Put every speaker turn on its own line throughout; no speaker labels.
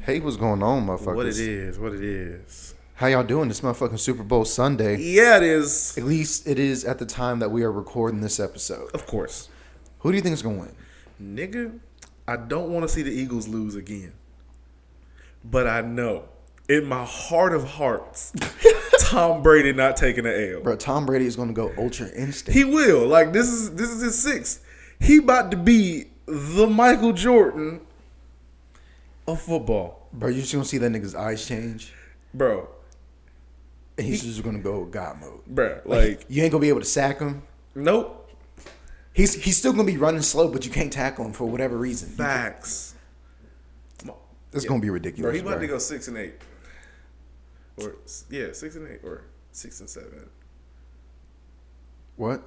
Hey, what's going on, motherfuckers?
What it is, what it is.
How y'all doing? This motherfucking Super Bowl Sunday.
Yeah, it is.
At least it is at the time that we are recording this episode.
Of course.
Who do you think is gonna win?
Nigga, I don't want to see the Eagles lose again. But I know, in my heart of hearts, Tom Brady not taking an L.
Bro, Tom Brady is gonna go ultra instinct.
He will. Like this is this is his sixth. He about to be the Michael Jordan of football.
Bro, you just gonna see that nigga's eyes change,
Bro,
and he's just gonna go God mode.
bro, like
You ain't gonna be able to sack him.
nope.
He's he's still gonna be running slow, but you can't tackle him for whatever reason.
Facts.
It's gonna
Bro,
be
he
ridiculous.
about
Bro,
to go six and eight. Or yeah, six and eight or six and seven.
What?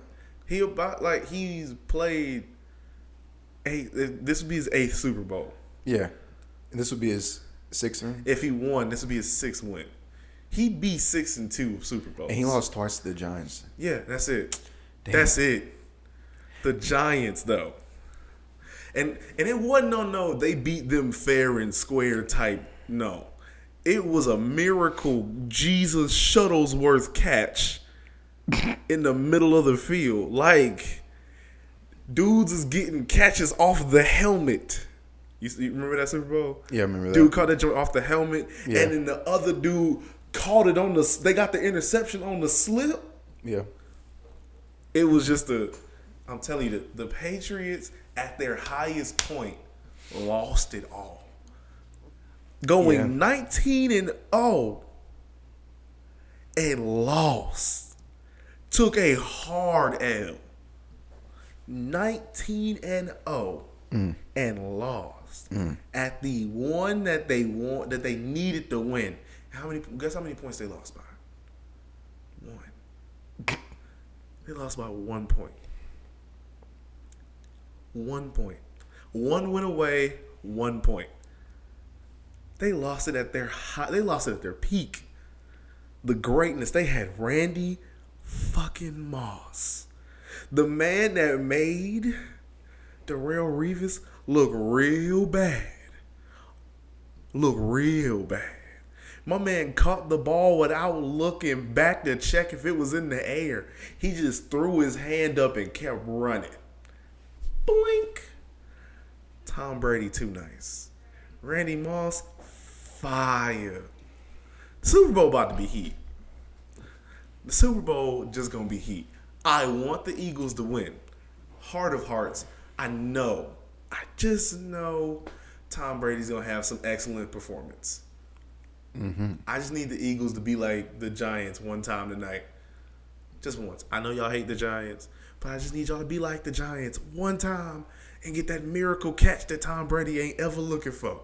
He about like he's played eight this would be his eighth Super Bowl.
Yeah, and this would be his sixth ring,
If he won, this would be his sixth win. He beat six and two Super Bowls.
and he lost twice to the Giants.
Yeah, that's it.
Damn.
That's it. The Giants though. And and it wasn't no no, they beat them fair and square type. No. It was a miracle Jesus Shuttlesworth catch in the middle of the field. Like dudes is getting catches off the helmet. You, see, you remember that Super Bowl?
Yeah, I remember
Dude
that.
caught that joint off the helmet,
Yeah.
and then the other dude caught it on the. They got the interception on the slip.
Yeah,
It was just a. I'm telling you, the, the Patriots at their highest point lost it all. Going
Yeah.
19 and 0 and lost. Took a hard L. 19 and 0 and lost at the one that they want that they needed to win. How many guess how many points they lost by? One. They lost by one point. One point. One went away, one point. They lost it at their high, they lost it at their peak. The greatness they had Randy fucking Moss. The man that made Darrell Reeves look real bad. Look real bad. My man caught the ball without looking back to check if it was in the air. He just threw his hand up and kept running. Blink. Tom Brady, too nice. Randy Moss, fire. Super Bowl about to be heat. The Super Bowl just gonna be heat. I want the Eagles to win. Heart of hearts, I know. I just know Tom Brady's gonna have some excellent performance. I just need the Eagles to be like the Giants one time tonight. Just once. I know y'all hate the Giants, but I just need y'all to be like the Giants one time and get that miracle catch that Tom Brady ain't ever looking for.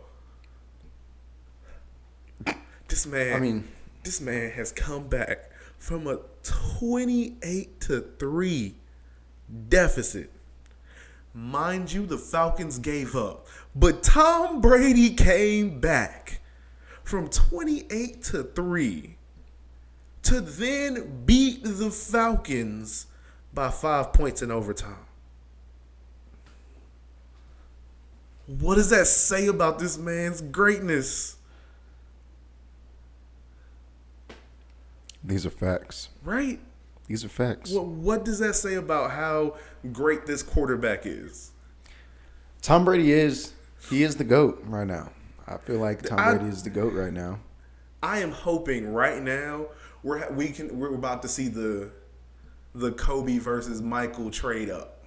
This man
I mean-
this man has come back from a 28 to 3 deficit. Mind you, the Falcons gave up, but Tom Brady came back from 28 to 3 to then beat the Falcons by 5 points in overtime. What does that say about this man's greatness?
these are facts.
Right?
These are facts.
What what does that say about how great this quarterback is?
Tom Brady is he is the goat right now. I feel like Tom
I-
Brady is the goat right now.
I am hoping right now we're ha- we can we're about to see the the Kobe versus Michael trade up.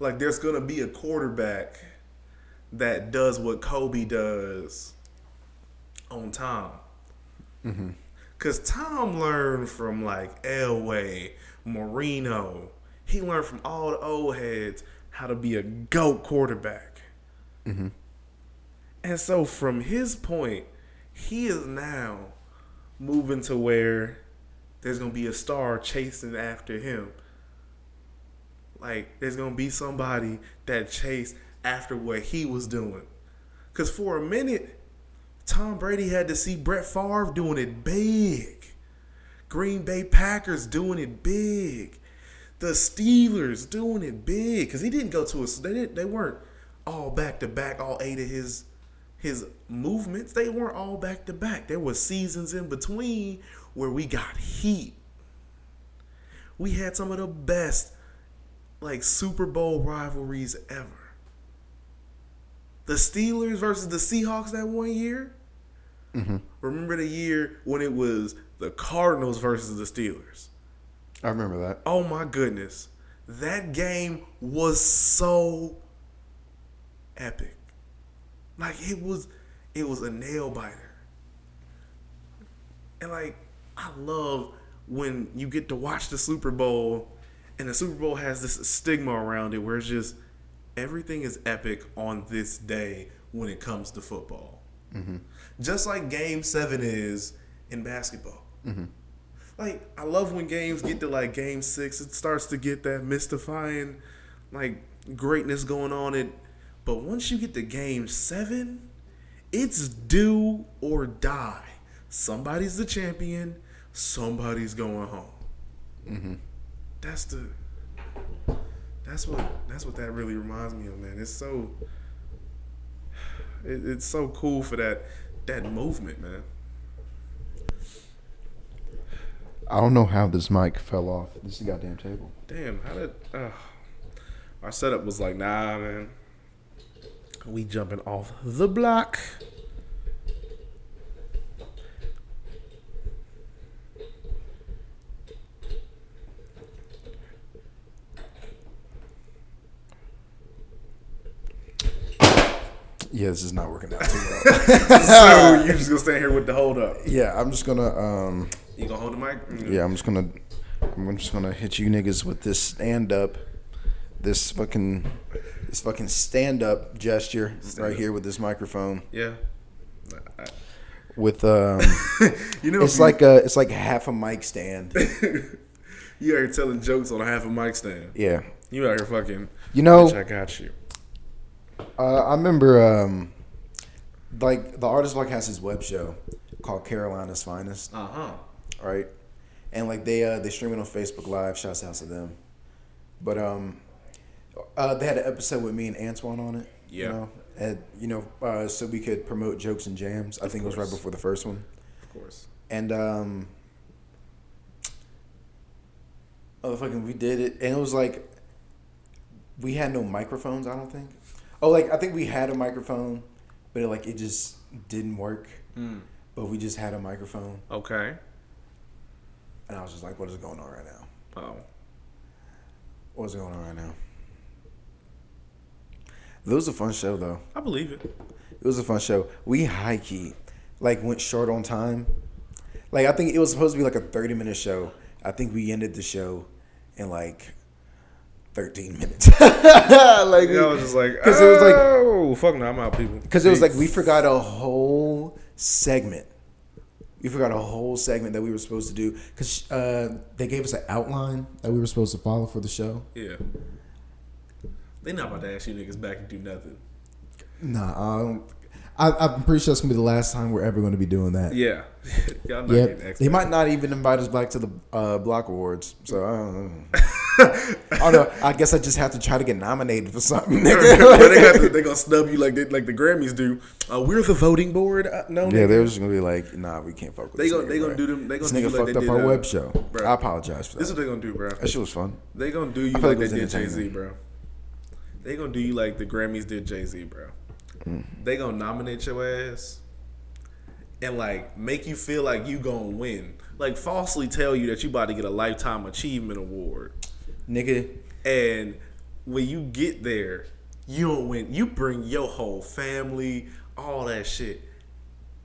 Like there's gonna be a quarterback that does what Kobe does on Tom. Cause Tom learned from like Elway, Marino. He learned from all the old heads how to be a GOAT quarterback. And so from his point, he is now moving to where there's gonna be a star chasing after him. Like there's gonna be somebody that chased after what he was doing. Cause for a minute, Tom Brady had to see Brett Favre doing it big. Green Bay Packers doing it big. The Steelers doing it big because he didn't go to a. They didn't, they weren't all back to back, all eight of his his movements, they weren't all back to back. There was seasons in between where we got heat. We had some of the best like Super Bowl rivalries ever. The Steelers versus the Seahawks that one year. Remember the year when it was the Cardinals versus the Steelers?
I remember that.
Oh my goodness. That game was so epic. Like it was it was a nail biter. And like I love when you get to watch the Super Bowl and the Super Bowl has this stigma around it where it's just everything is epic on this day when it comes to football. Just like game 7 is in basketball like I love when games get to like game six, it starts to get that mystifying like greatness going on it. But once you get to game seven, it's do or die. Somebody's the champion, somebody's going home. That's the that's what that's what that really reminds me of, man. It's so it, it's so cool for that that movement, man.
I don't know how this mic fell off this goddamn table.
Damn, how did uh, our setup was like, nah, man. We jumping off the block.
Yeah, this is not working out too well.
So you just gonna stand here with the hold up.
yeah, I'm just gonna um
You gonna hold the mic?
yeah, I'm just gonna I'm just gonna hit you niggas with this stand up this fucking this fucking stand up gesture right
up.
here with this microphone.
Yeah. I-
With um
you know,
it's
if you-
like a it's like half a mic stand.
you out here telling jokes on half a mic stand.
Yeah.
You out here fucking.
You know,
Bitch, I got you.
Uh, I remember, um, like the artist block has his web show called Carolina's Finest,
Uh huh.
right? And like they uh, they stream it on Facebook Live. Shouts out to them. But um, uh, they had an episode with me and Antoine on it.
Yeah.
You know, and, you know uh, so we could promote jokes and jams. I think it was right
course.
before the first one.
Of course.
And um motherfucking we did it and it was like we had no microphones, I don't think. Oh like I think we had a microphone, but it, like it just didn't work.
Mm.
But we just had a microphone
Okay.
and I was just like, What is going on right now?
Oh.
What is going on right now? It was a fun show though.
I believe it.
It was a fun show. We high key, like went short on time. Like I think it was supposed to be like a thirty minute show. I think we ended the show in like thirteen minutes. like "Ah."
Yeah, I was just like,
because it was like
oh, fuck no, I'm out, people.
because it was like we forgot a whole segment. We forgot a whole segment that we were supposed to do because uh, they gave us an outline that we were supposed to follow for the show.
Yeah. They not about to ask you niggas back and do nothing.
Nah, I don't, I, I'm pretty sure it's gonna be the last time we're ever gonna be doing that.
Yeah. Y'all not getting
Yeah,
asked
they
back.
might not even invite us back to the uh, block awards. So I don't know. I don't know. I guess I just have to try to get nominated for something.
Bro, they,
Nigga.
got to, they gonna snub you like they, like the Grammys do. Uh, we're the voting board. Uh, no,
yeah,
nigga.
they're just gonna be like, nah, we can't fuck with
They
this.
gon-
nigga,
they gonna
bro.
do them- they
This
gonna
nigga
do like
fucked
they
up
did,
our
uh,
web show.
bro.
I apologize for that.
This is what they gonna do, bro.
that shit was fun.
They gonna do you
feel like
like
it
they
was
did Jay Z,
entertaining.
bro. They gonna do you like the Grammys did Jay Z, bro.
Mm.
They gonna nominate your ass and like make you feel like you gonna win. Like falsely tell you that you about to get a lifetime achievement award.
Nigga,
And when you get there, you don't win. You bring your whole family, all that shit,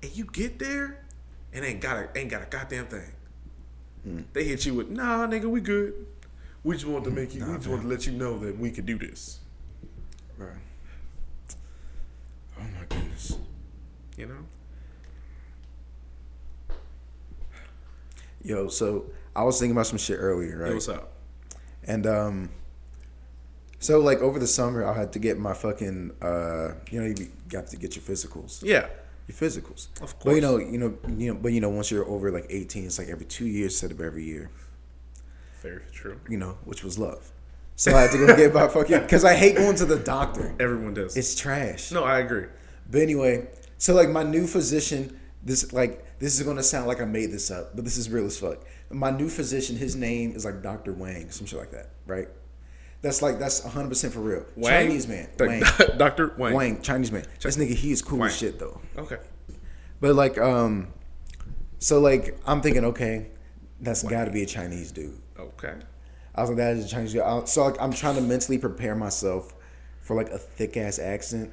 and you get there, and ain't got a ain't got a goddamn thing. They hit you with, nah, nigga, we good. We just want to make you. we just want to let you know that we can do this.
bro. Oh my goodness.
You know.
Yo, so I was thinking about some shit earlier, right?
Yo, what's up?
And um, so like over the summer, I had to get my fucking uh, you know, you be- you have to get your physicals,
Yeah.
your physicals.
Of
But
course.
you know, you know, you know, but you know, once you're over like 18, it's like every two years instead of every year,
Very true.
you know, which was love. So I had to go get my fucking because I hate going to the doctor.
Everyone does.
It's trash.
no, I agree.
But anyway, So like my new physician, this like this is gonna sound like I made this up, but this is real as fuck. My new physician, his name is like Doctor Wang, some shit like that, right? That's like that's hundred percent for real.
Wang?
Chinese man,
Like,
Wang,
Dr. Wang.
Wang, Chinese man. This nigga, he is cool
Wang.
as shit though.
Okay.
But like, um, so like I'm thinking, okay, that's got to be a Chinese dude.
Okay.
I was like, that is a Chinese dude. I, so like, I'm trying to mentally prepare myself for like a thick ass accent,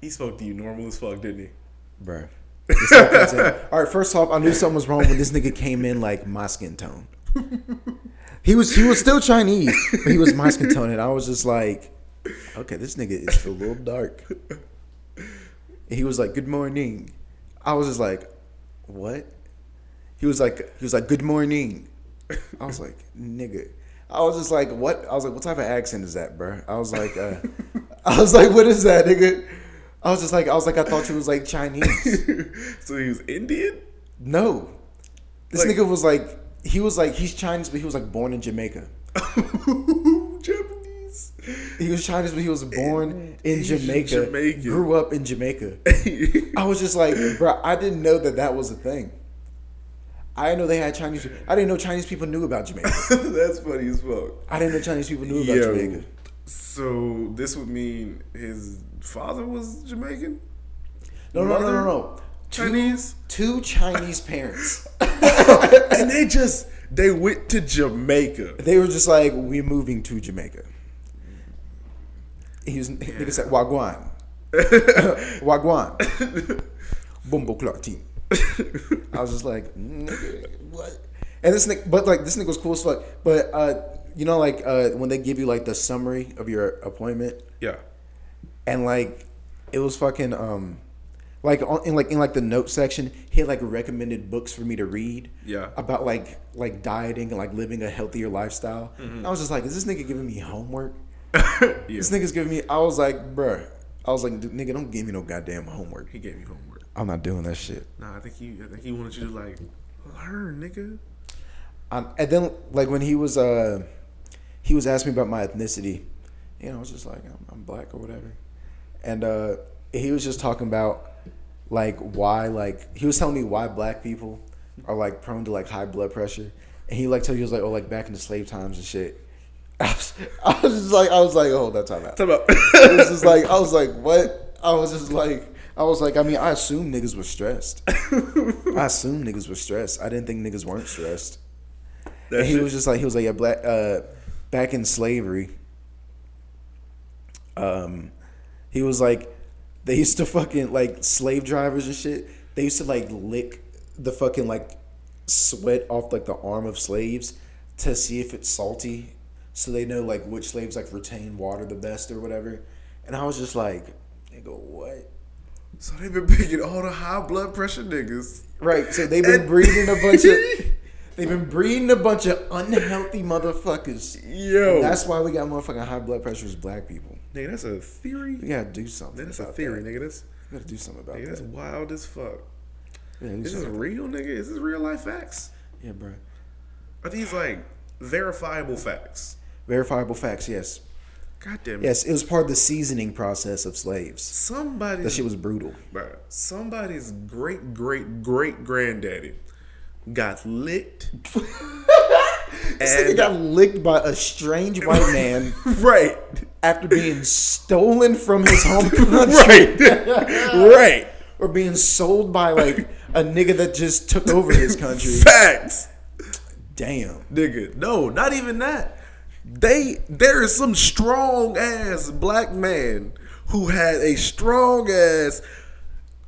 He spoke to you normal as fuck, didn't he?
bruh. This nigga comes in- All right, first off, I knew something was wrong when this nigga came in like my skin tone. He was he was still Chinese, but he was my skin tone, and I was just like, okay, this nigga is a little dark. And he was like, "Good morning." I was just like, "What?" He was like, "He was like, good morning." I was like, "Nigga," I was just like, "What?" I was like, "What type of accent is that, bruh? I was like, uh, "I was like, what is that, nigga?" I was just like, "I was like, I thought you was like Chinese."
so he was Indian?
No, this
Like-
nigga was like, he was like, he's Chinese, but he was like born in Jamaica.
Japanese.
He was Chinese, but he was born in
Asian
Jamaica.
Jamaican.
Grew up in Jamaica. I was just like, bro, I didn't know that that was a thing. I didn't know they had Chinese. I didn't know Chinese people knew about Jamaica.
That's funny as fuck.
I didn't know Chinese people knew about
Yo,
Jamaica.
So this would mean his father was Jamaican?
No, no, no,
mother
no, no. Two,
Chinese?
two Chinese parents.
and they just they went to Jamaica.
They were just like, we're moving to Jamaica. He was nigga said Wagwan. Wagwan. Bumbo clock team. I was just like, nigga, what? And this nigga, but like this nigga was cool as fuck. But uh, you know, like uh, when they give you like the summary of your appointment,
Yeah.
and like it was fucking um, like on, in like in like the note section, he had like recommended books for me to read.
Yeah.
About like like dieting and like living a healthier lifestyle. And I was just like, is this nigga giving me homework?
Mm-hmm. yeah.
This nigga's giving me. I was like, bruh. I was like, "Dude, nigga, don't give me no goddamn homework.
He gave you homework.
I'm not doing that shit.
Nah, I think he I think he wanted you to like learn, nigga.
Um, and then like when he was uh he was asking me about my ethnicity, you know, I was just like I'm, I'm black or whatever, and uh, he was just talking about like why like he was telling me why black people are like prone to like high blood pressure, and he like told you he was like oh like back in the slave times and shit. I was, I was just like I was like hold that time out.
Talk about
It was just like I was like, what? I was just like, I was like, I mean, I assume niggas were stressed. I assume niggas were stressed. I didn't think niggas weren't stressed.
That
and he
shit-
was just like, he was like, yeah, black. Uh, back in slavery, um, he was like, they used to fucking like slave drivers and shit. They used to like lick the fucking like sweat off like the arm of slaves to see if it's salty, so they know like which slaves like retain water the best or whatever. And I was just like, nigga, what?
So they've been picking all the high blood pressure niggas.
Right. So they've been breeding a bunch of. They've been breeding a bunch of unhealthy motherfuckers.
Yo,
That's why we got motherfucking high blood pressure as black people.
nigga, that's a
We
theory.
gotta do something.
That's a
about
theory,
That.
nigga. That's
We gotta do something about
nigga, that's
that.
wild as fuck.
Yeah, do
Is this
something.
real, nigga? Is this real life facts?
yeah, bro.
Are these like verifiable facts?
Verifiable facts. Yes,
God damn it!
yes. It was part of the seasoning process of slaves. That
Somebody's
shit was brutal.
bruh, somebody's great great great granddaddy got licked.
This nigga got licked by a strange white man
right,
after being stolen from his home country
right, right.
or being sold by like a nigga that just took over his country.
Facts.
Damn.
nigga. No, not even that. They there is some strong ass black man who had a strong ass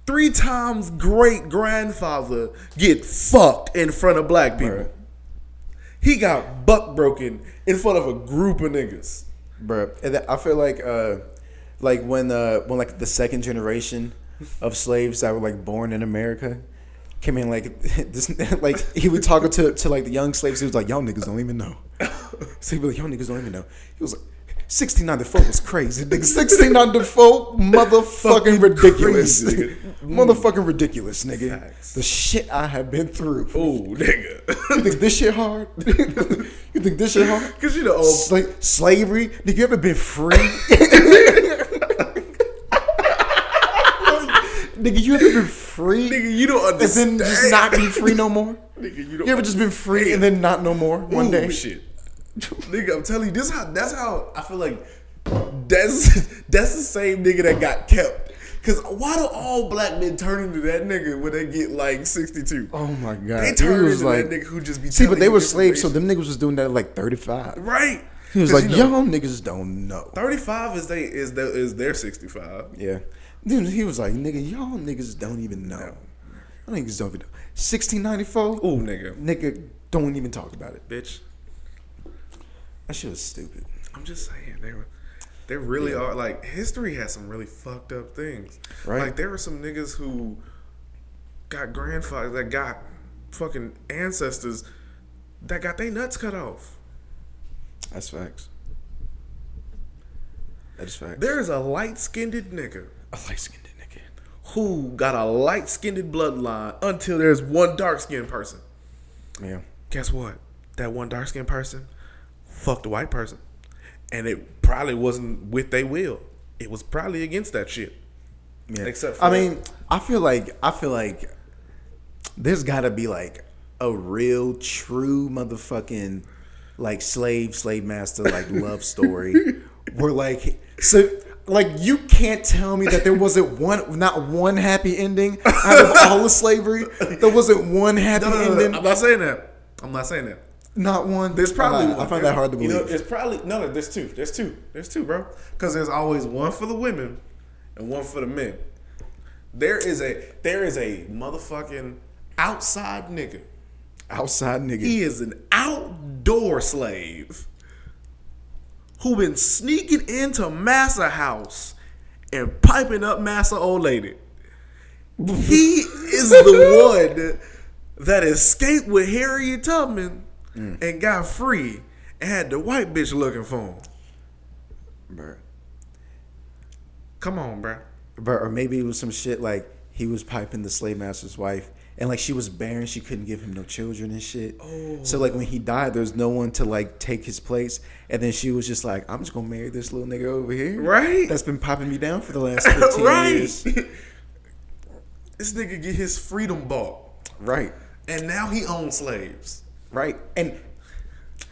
three times great grandfather get fucked in front of black people.
Bruh.
He got buck broken in front of a group of niggas.
Bruh. And that- I feel like uh like when uh when like the second generation of slaves that were like born in America came in like this like he would talk to to like the young slaves, he was like, Y'all niggas don't even know. So he'd be like, Y'all niggas don't even know. He was like 69 Defoe was crazy. nigga. 69 Defoe, motherfucking ridiculous.
crazy,
motherfucking ridiculous, nigga.
Facts.
The shit I have been through.
Ooh,
You
nigga.
think this shit hard? you think this shit hard?
Cause you know old
Sla- slavery? Nigga, you ever been free? Nigga, you ever been free?
Nigga, you don't
and then
understand.
just not be free no more?
Nigga, you
you,
don't
ever just been free and then not no more one
Ooh,
day?
Shit. nigga, I'm telling you, this how that's how I feel like that's that's the same nigga that got kept. Cause why do all black men turn into that nigga when they get like 62?
Oh my god.
they turn
He
into that nigga who just be
See, but
telling
they
you
were slaves, so
information.
them niggas was doing that at like 35.
right.
He was
'Cause
like,
you know,
y'all niggas don't know.
35 is they is the, is their 65.
Yeah. Then he was like, nigga, y'all niggas don't even know. Y'all niggas don't even know. 1694?
Ooh, nigga,
Nigga, don't even talk about it.
bitch.
That shit was stupid.
I'm just saying they were they really are like history has some really fucked up things.
Right.
Like there were some niggas who got grandfathers that got fucking ancestors that got their nuts cut off.
That's facts. That is facts.
There is a light skinned nigga
a light skinned nigga.
who got a light skinned bloodline until there's one dark skinned person.
Yeah.
Guess what? That one dark skinned person fucked a white person. And it probably wasn't with their will. It was probably against that shit.
Yeah.
Except
I
for-
mean, I feel like I feel like there's got to be like a real true motherfucking like slave slave master like love story where like so like you can't tell me that there wasn't one not one happy ending out of all of slavery there wasn't one happy
No, no, no, no.
ending
I'm not saying that. I'm not saying that.
not one
There's probably
I,
one.
I find that hard to believe
You know, there's probably no, no. There's two. There's two. There's two, bro. Because there's always one for the women and one for the men. There is a there is a motherfucking outside nigga.
outside nigga
He is an outdoor slave who been sneaking into massa house and piping up massa old lady. He is the one that escaped with Harriet Tubman and got free and had the white bitch looking for him.
Bruh.
Come on, bruh.
But or maybe it was some shit like he was piping the slave master's wife, and like she was barren, she couldn't give him no children and shit. So like when he died, there's no one to like take his place, and then she was just like, "I'm just gonna marry this little nigga over here,
Right.
That's been popping me down for the last 15
right.
years,
this nigga get his freedom bought.
right?
And now he owns slaves.
Right? And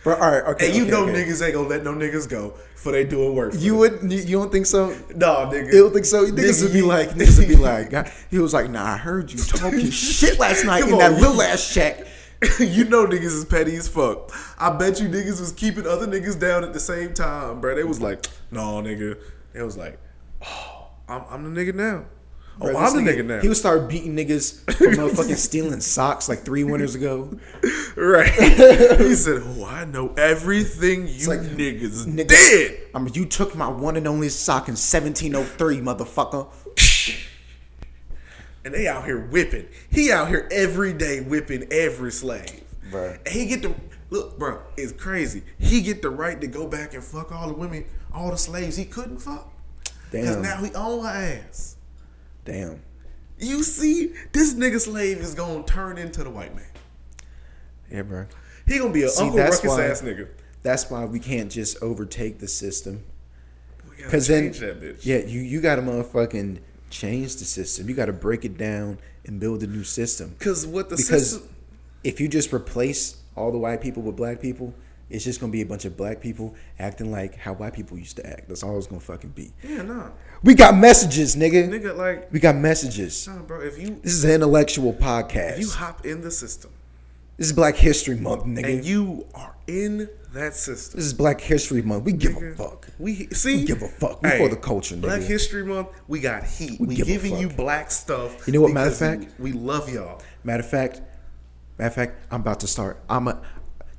bro, all right, okay,
And you
okay,
know
okay.
niggas ain't gonna let no niggas go for they doing work. for
you
them.
would you, you don't think so?
Nah, nigga.
You don't think so? Niggas
Nigga,
would be
you-
like, niggas would be like, God. he was like, nah, I heard you talking shit last night
Come
in
on,
that
you-
little ass shack.
you know niggas is petty as fuck. I bet you niggas was keeping other niggas down at the same time, bro. They was like, no, nigga. They was like, oh, I'm, I'm the nigga now. Oh,
Bro, this
I'm the nigga, now.
He would start beating niggas for motherfucking stealing socks like three winters ago.
right. he said, oh, I know everything you
like,
niggas,
Niggas,
did.
I mean, you took my one and only sock in 1703, motherfucker.
And they out here whipping. He out here every day whipping every slave.
Bruh.
And he get the look, bro. It's crazy. He get the right to go back and fuck all the women, all the slaves he couldn't fuck. Because
Damn.
now he own her ass.
Damn.
You see, this nigga slave is gonna turn into the white man.
Yeah, bro.
He gonna be a
See,
Uncle
that's
Ruckus
why-
ass nigga.
That's why we can't just overtake the system.
We gotta
Because then,
change that bitch.
yeah, you, you got to motherfucking change the system. You got to break it down and build a new system.
Because what the
Because
system?
if you just replace all the white people with black people, it's just going to be a bunch of black people acting like how white people used to act. That's all it's going to fucking be.
Yeah, nah,
We got messages, nigga.
nigga, like,
We got messages.
nah, bro. If you
This is an intellectual podcast.
if you hop in the system
this is Black History Month, nigga.
and you are in that system.
this is Black History Month. We give a
nigga.
fuck.
We see. We
give a fuck. We for the culture, nigga.
Black History Month. We got heat. We,
give a
giving you
fuck.
black stuff.
You know what, matter of
because
fact?
we, we love y'all.
Matter of fact, matter of fact, I'm about to start. I'm a,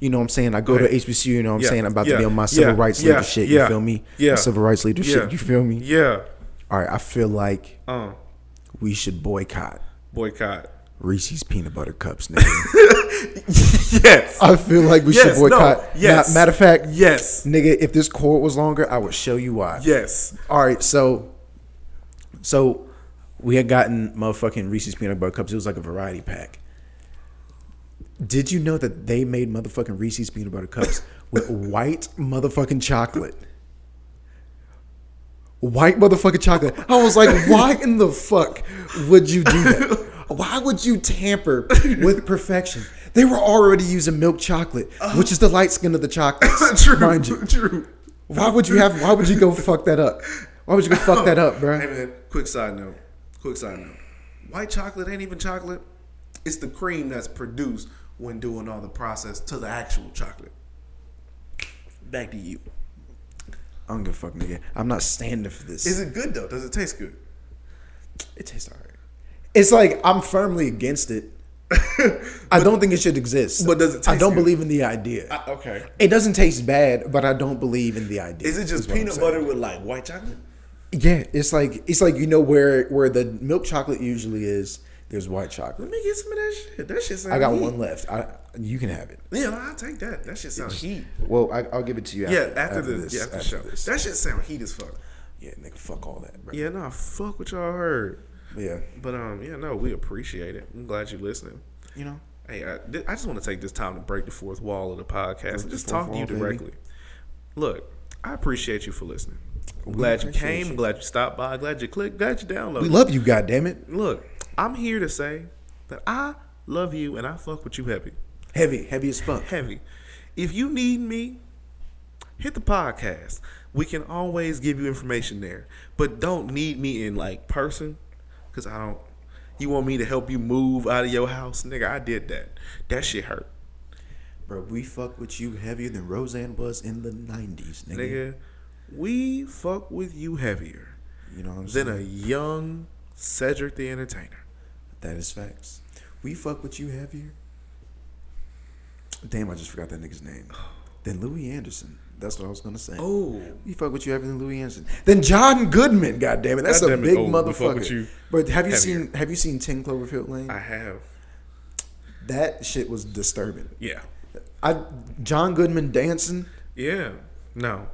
you know what I'm saying? I go to
ahead.
HBCU, you know what I'm
Yeah,
saying? I'm about to be
yeah,
on my civil
yeah,
rights
yeah,
leadership, you
yeah,
feel me?
yeah.
My civil rights leadership, you feel me?
Yeah.
All right, I feel like
Uh.
we should boycott
Boycott.
Reese's peanut butter cups, nigga.
yes.
I feel like we should
Yes, no,
boycott.
yes.
Ma- matter of fact,
Yes.
nigga, if this cord was longer, I would show you why.
Yes.
All right, so so we had gotten motherfucking Reese's peanut butter cups. It was like a variety pack. Did you know that they made motherfucking Reese's peanut butter cups with white motherfucking chocolate? white motherfucking chocolate. I was like, why in the fuck would you do that? Why would you tamper with perfection? They were already using milk chocolate, which is the light skin of the chocolates,
true,
mind you.
true.
Why would you have? Why would you go fuck that up? Why would you go fuck that up,
Hey
bro?
man, quick side note. Quick side note. White chocolate ain't even chocolate. It's the cream that's produced when doing all the process to the actual chocolate. Back to you.
I don't give a fuck, nigga. I'm not standing for this.
Is it good though? Does it taste good?
It tastes alright. It's like I'm firmly against it. I don't think it should exist.
But does it
I
taste
don't
good?
believe in the idea.
I- Uh, okay.
it doesn't taste bad, but I don't believe in the idea.
Is it just
what I'm
peanut
saying.
butter with like white chocolate?
Yeah, it's like it's like you know where where the milk chocolate usually is. There's white chocolate.
Let me get some of that shit. That shit sounds
I got
heat.
one left. I you can have it.
Yeah, I'll take that. That shit sounds heat.
Well, I, I'll give it to you. After,
Yeah, after, the yeah, after, the show.
this.
That shit sound heat as fuck.
Yeah, nigga, fuck all that, bro. Yeah.
Yeah, nah, fuck what y'all heard.
But yeah,
But um, yeah, no, we appreciate it. I'm glad you're listening.
you know.
Hey, I, th- I just want to take this time to break the fourth wall of the podcast and
the
just
fourth
talk to you
wall, baby.
directly. Look, I appreciate you for listening. I'm glad you
appreciate
came. I'm glad you stopped by. Glad you clicked. Glad you downloaded.
We love you, goddammit.
Look, I'm here to say that I love you and I fuck with you heavy.
Heavy, heavy as fuck.
Heavy. If you need me, hit the podcast. We can always give you information there, but don't need me in like person because I don't. You want me to help you move out of your house? Nigga, I did that. That shit hurt.
Bro, we fuck with you heavier than Roseanne was in the 90s, nigga.
Nigga, we fuck with you heavier
You know what I'm
than
saying?
a young Cedric the Entertainer.
that is facts. We fuck with you heavier. Damn, I just forgot that nigga's name. Then Louis Anderson. That's what I was gonna say.
Oh,
We fuck with you heavier than Louis Anderson. Then John Goodman, goddammit. That's a
Goddammit,
big
oh, we
motherfucker.
fuck with you
but have you
heavier.
seen have you seen Ten Cloverfield Lane?
I have.
that shit was disturbing.
Yeah.
I John Goodman dancing
Yeah. No.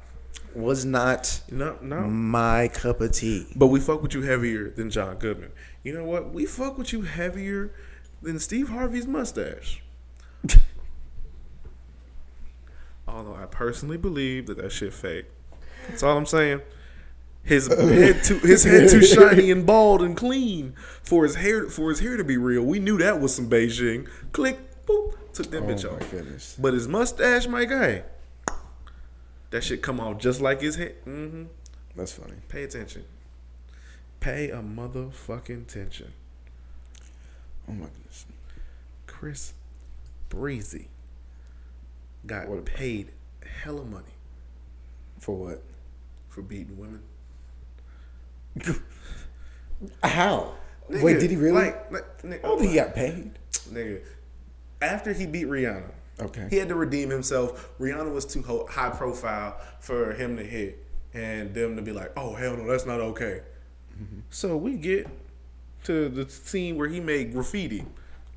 was not
No, no.
my cup of tea.
But we fuck with you heavier than John Goodman. You know what? We fuck with you heavier than Steve Harvey's mustache. Although I personally believe that that shit fake. That's all I'm saying. His head too his head too shiny and bald and clean for his hair for his hair to be real. We knew that was some Beijing. Click, boop, took that bitch
Oh my
off.
goodness.
But his mustache, my guy, that shit come off just like his head. hmm
That's funny.
Pay attention. Pay a motherfucking attention.
Oh my goodness.
Chris Breezy got
What a-
paid hella money
For what?
for beating women.
How? Wait,
Nigga,
did he really?
Like, like, nigga,
I don't think he got paid.
nigga, after he beat Rihanna,
Okay.
he had to redeem himself. Rihanna was too ho- high profile for him to hit and them to be like, oh, hell no, that's not okay. So we get to the scene where he made graffiti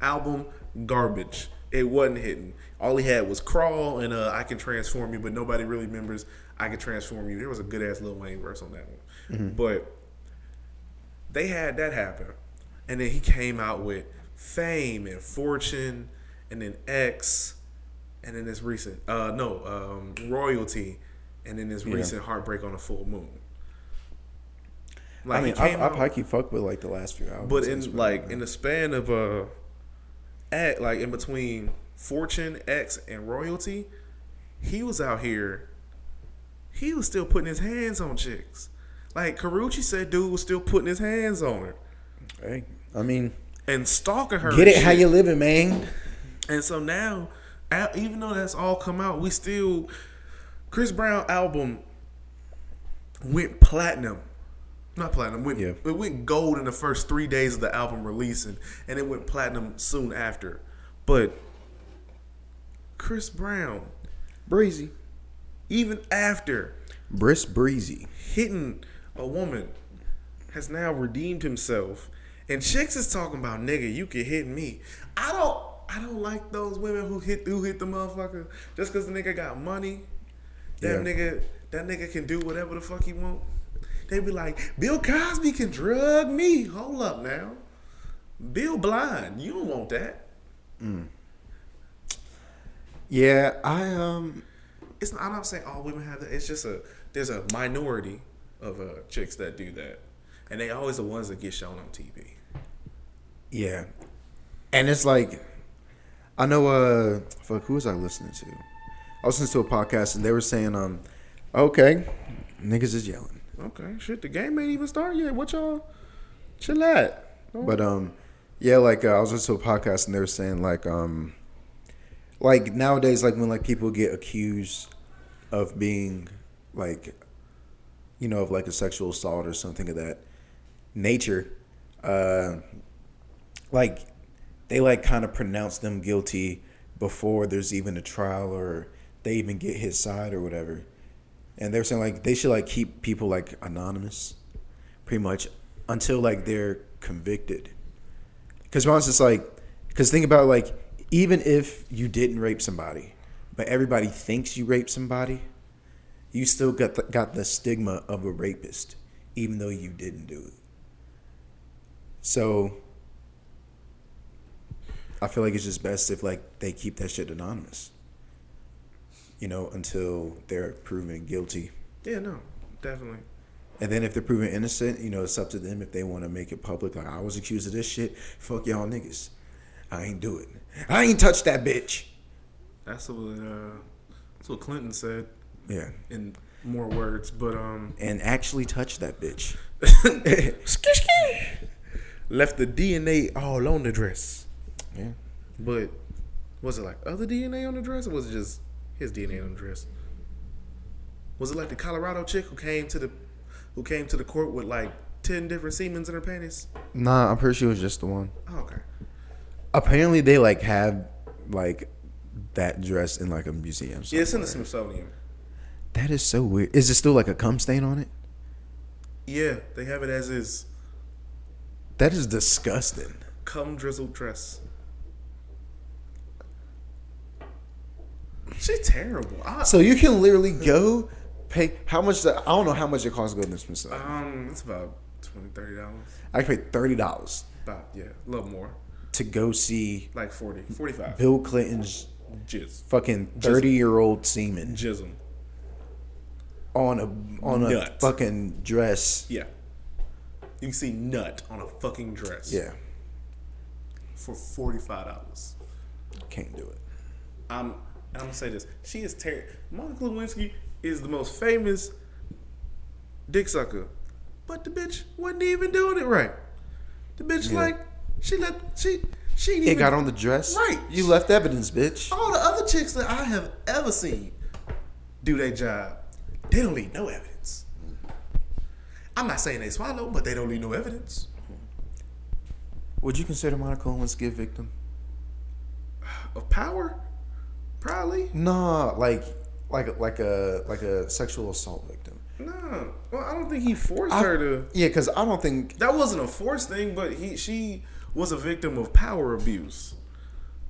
album garbage. It wasn't hitting. All he had was crawl and uh, I can transform you, but nobody really remembers I can transform you. There was a good ass Lil Wayne verse on that one, but they had that happen, and then he came out with fame and fortune, and then X, and then this recent uh no um royalty, and then this recent heartbreak on a full moon. Like
I
he
mean, I,
came
I
out-
pikey fuck with like the last few albums.
but
It's
in
been-
like in the span of uh, at like in between Fortune X and Royalty, he was out here. He was still putting his hands on chicks. Like Karuchi said, dude was still putting his hands on her
hey, I mean,
and stalking her.
get
and
it how
shit.
you living, man.
And so now, a- even though that's all come out, we still Chris Brown album went platinum. Not platinum. Went,
Yeah.
It went gold in the first three days of the album releasing, and it went platinum soon after. But Chris Brown,
Breezy,
even after
Briss Breezy.
hitting a woman, has now redeemed himself. And chicks is talking about nigga, you can hit me. I don't I don't like those women who hit who hit the motherfucker just cause the nigga got money. That
Yeah.
nigga that nigga can do whatever the fuck he want. They be like, Bill Cosby can drug me. Hold up now. Bill blind. You don't want that.
Yeah, I um, um,
It's not I'm not saying all women have that. It's just a there's a minority of uh, chicks that do that, and they always the ones that get shown on TV.
Yeah. And it's like I know uh fuck who was I listening to? I was listening to a podcast and they were saying, um, okay, niggas is yelling.
Okay, shit, the game ain't even started yet. What y'all? Chill out. Don't-
But um yeah, like uh, I was listening to a podcast and they were saying like um like nowadays like when like people get accused of being like you know of like a sexual assault or something of that nature uh like they like kind of pronounce them guilty before there's even a trial or they even get his side or whatever and they're saying like they should like keep people like anonymous pretty much until like they're convicted because once it's like because think about like even if you didn't rape somebody but everybody thinks you raped somebody you still got the, got the stigma of a rapist even though you didn't do it so i feel like it's just best if like they keep that shit anonymous you know until they're proven guilty
yeah, no, definitely.
and then if they're proven innocent, you know, it's up to them if they want to make it public. Like I was accused of this shit. Fuck y'all niggas. I ain't do it. I ain't touch that bitch.
That's what uh, that's what Clinton said
Yeah.
in more words, but um,
And actually touch that bitch.
left the DNA all on the dress.
Yeah.
But was it like other DNA on the dress, or was it just his DNA on the dress? Was it like the Colorado chick who came to the who came to the court with like ten different semen's in her panties?
Nah, I'm pretty sure it was just the one.
Oh, okay.
Apparently they like have like that dress in like a museum.
Yeah,
somewhere.
it's in the Smithsonian.
That is so weird. Is it still like a cum stain on it?
Yeah, they have it as his
That is disgusting.
cum drizzled dress. She terrible. I,
So you can literally go pay how much the, I don't know how much it costs to go to this museum.
um, it's about twenty, thirty dollars.
I paid thirty dollars
About yeah, a little more,
to go see
like 40, 45.
Bill Clinton's
Jizz,
fucking thirty year old semen
jism.
on a on a
Nuts.
fucking dress.
Yeah. You can see nut on a fucking dress.
Yeah,
For forty five dollars.
can't do it.
I'm and I'm gonna say this. She is terrible. Monica Lewinsky is the most famous dick sucker. But the bitch wasn't even doing it right. The bitch
Yeah.
like she let she she ain't
It
even
got on the dress.
Right.
You left evidence, bitch.
all the other chicks that I have ever seen do their job. They don't need no evidence. I'm not saying they swallow, but they don't need no evidence.
Would you consider Monica Lewinsky a victim?
Of power? Probably.
Nah, like like like a like a sexual assault victim.
No, well, I don't think he forced
I-
her to.
Yeah, because I don't think
That wasn't a forced thing, but he she was a victim of power abuse.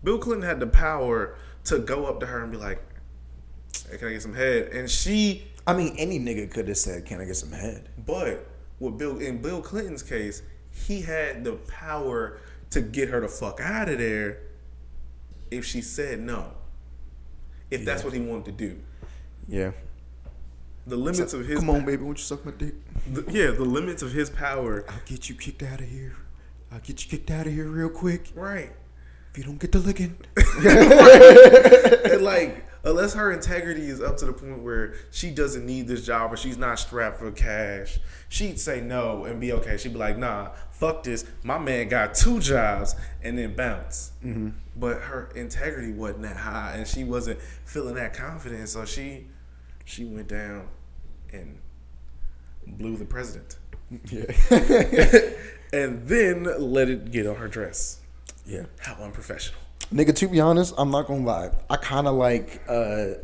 Bill Clinton had the power to go up to her and be like, "Hey, "Can I get some head?" And she,
I mean any nigga could have said, "Can I get some head?"
but with Bill in Bill Clinton's case, he had the power to get her the fuck out of there if she said no. If that's what he wanted to do,
Yeah.
the limits of his
Come on, baby, won't you suck my dick?
the- yeah, the limits of his power.
I'll get you kicked out of here. I'll get you kicked out of here real quick
Right.
if you don't get the licking.
And like, unless her integrity is up to the point where she doesn't need this job or she's not strapped for cash, she'd say no and be okay. She'd be like, nah, fuck this. My man got two jobs and then bounce. But her integrity wasn't that high and she wasn't feeling that confident. So she she went down and blew the president.
Yeah.
and then let it get on her dress.
yeah.
How unprofessional.
Nigga, to be honest, I'm not gonna lie. I kind of like uh,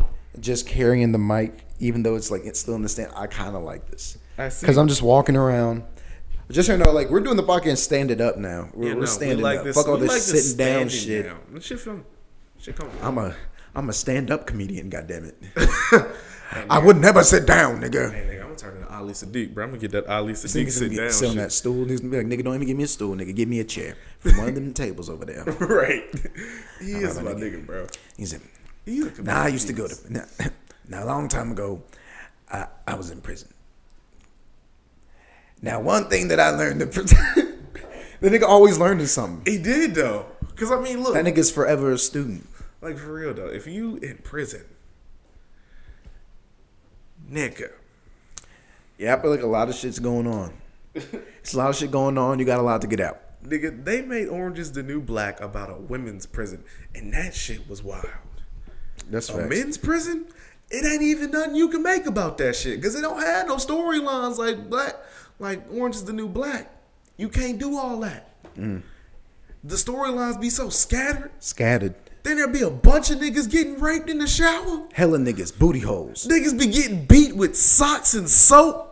just carrying the mic, even though it's like it's still in the stand. I kind of like this
I see.
because I'm just walking around. Just so you know, like we're doing the podcast standing up now. We're,
Yeah,
we're
no, we
standing
like
up.
this-
Fuck all
we
this
like
sitting down
standing
shit.
down. This Shit, from, shit comfortable.
I'm a I'm a stand up comedian. goddamn it. I would never sit down, nigga.
Hey, nigga, I'm gonna turn into Ali Sadiq, bro. I'm gonna get that Ali Sadiq
Niggas gonna
sit
be
down
sitting on
shit.
that stool. Niggas gonna be like, nigga, don't even give me a stool, nigga. Give me a chair from one of them tables over there.
right. He is
I'm
my
gonna get-
nigga, bro.
He said,
He a
Nah, I used to go to now, now a long time ago. I, I was in prison. Now, one thing that I learned to the nigga always learning something.
He did though, because I mean, look,
That nigga's forever a student.
like for real though, if you in prison, nigga,
Yeah, I feel like a lot of shit's going on. It's a lot of shit going on. You got a lot to get out.
nigga, they made Orange Is the New Black about a women's prison, and that shit was wild.
That's
A
right.
men's prison, it ain't even nothing you can make about that shit, because it don't have no storylines like black, like Orange Is the New Black. You can't do all that. The storylines be so scattered.
Scattered.
Then there be a bunch of niggas getting raped in the shower.
Hella niggas, booty holes.
Niggas be getting beat with socks and soap.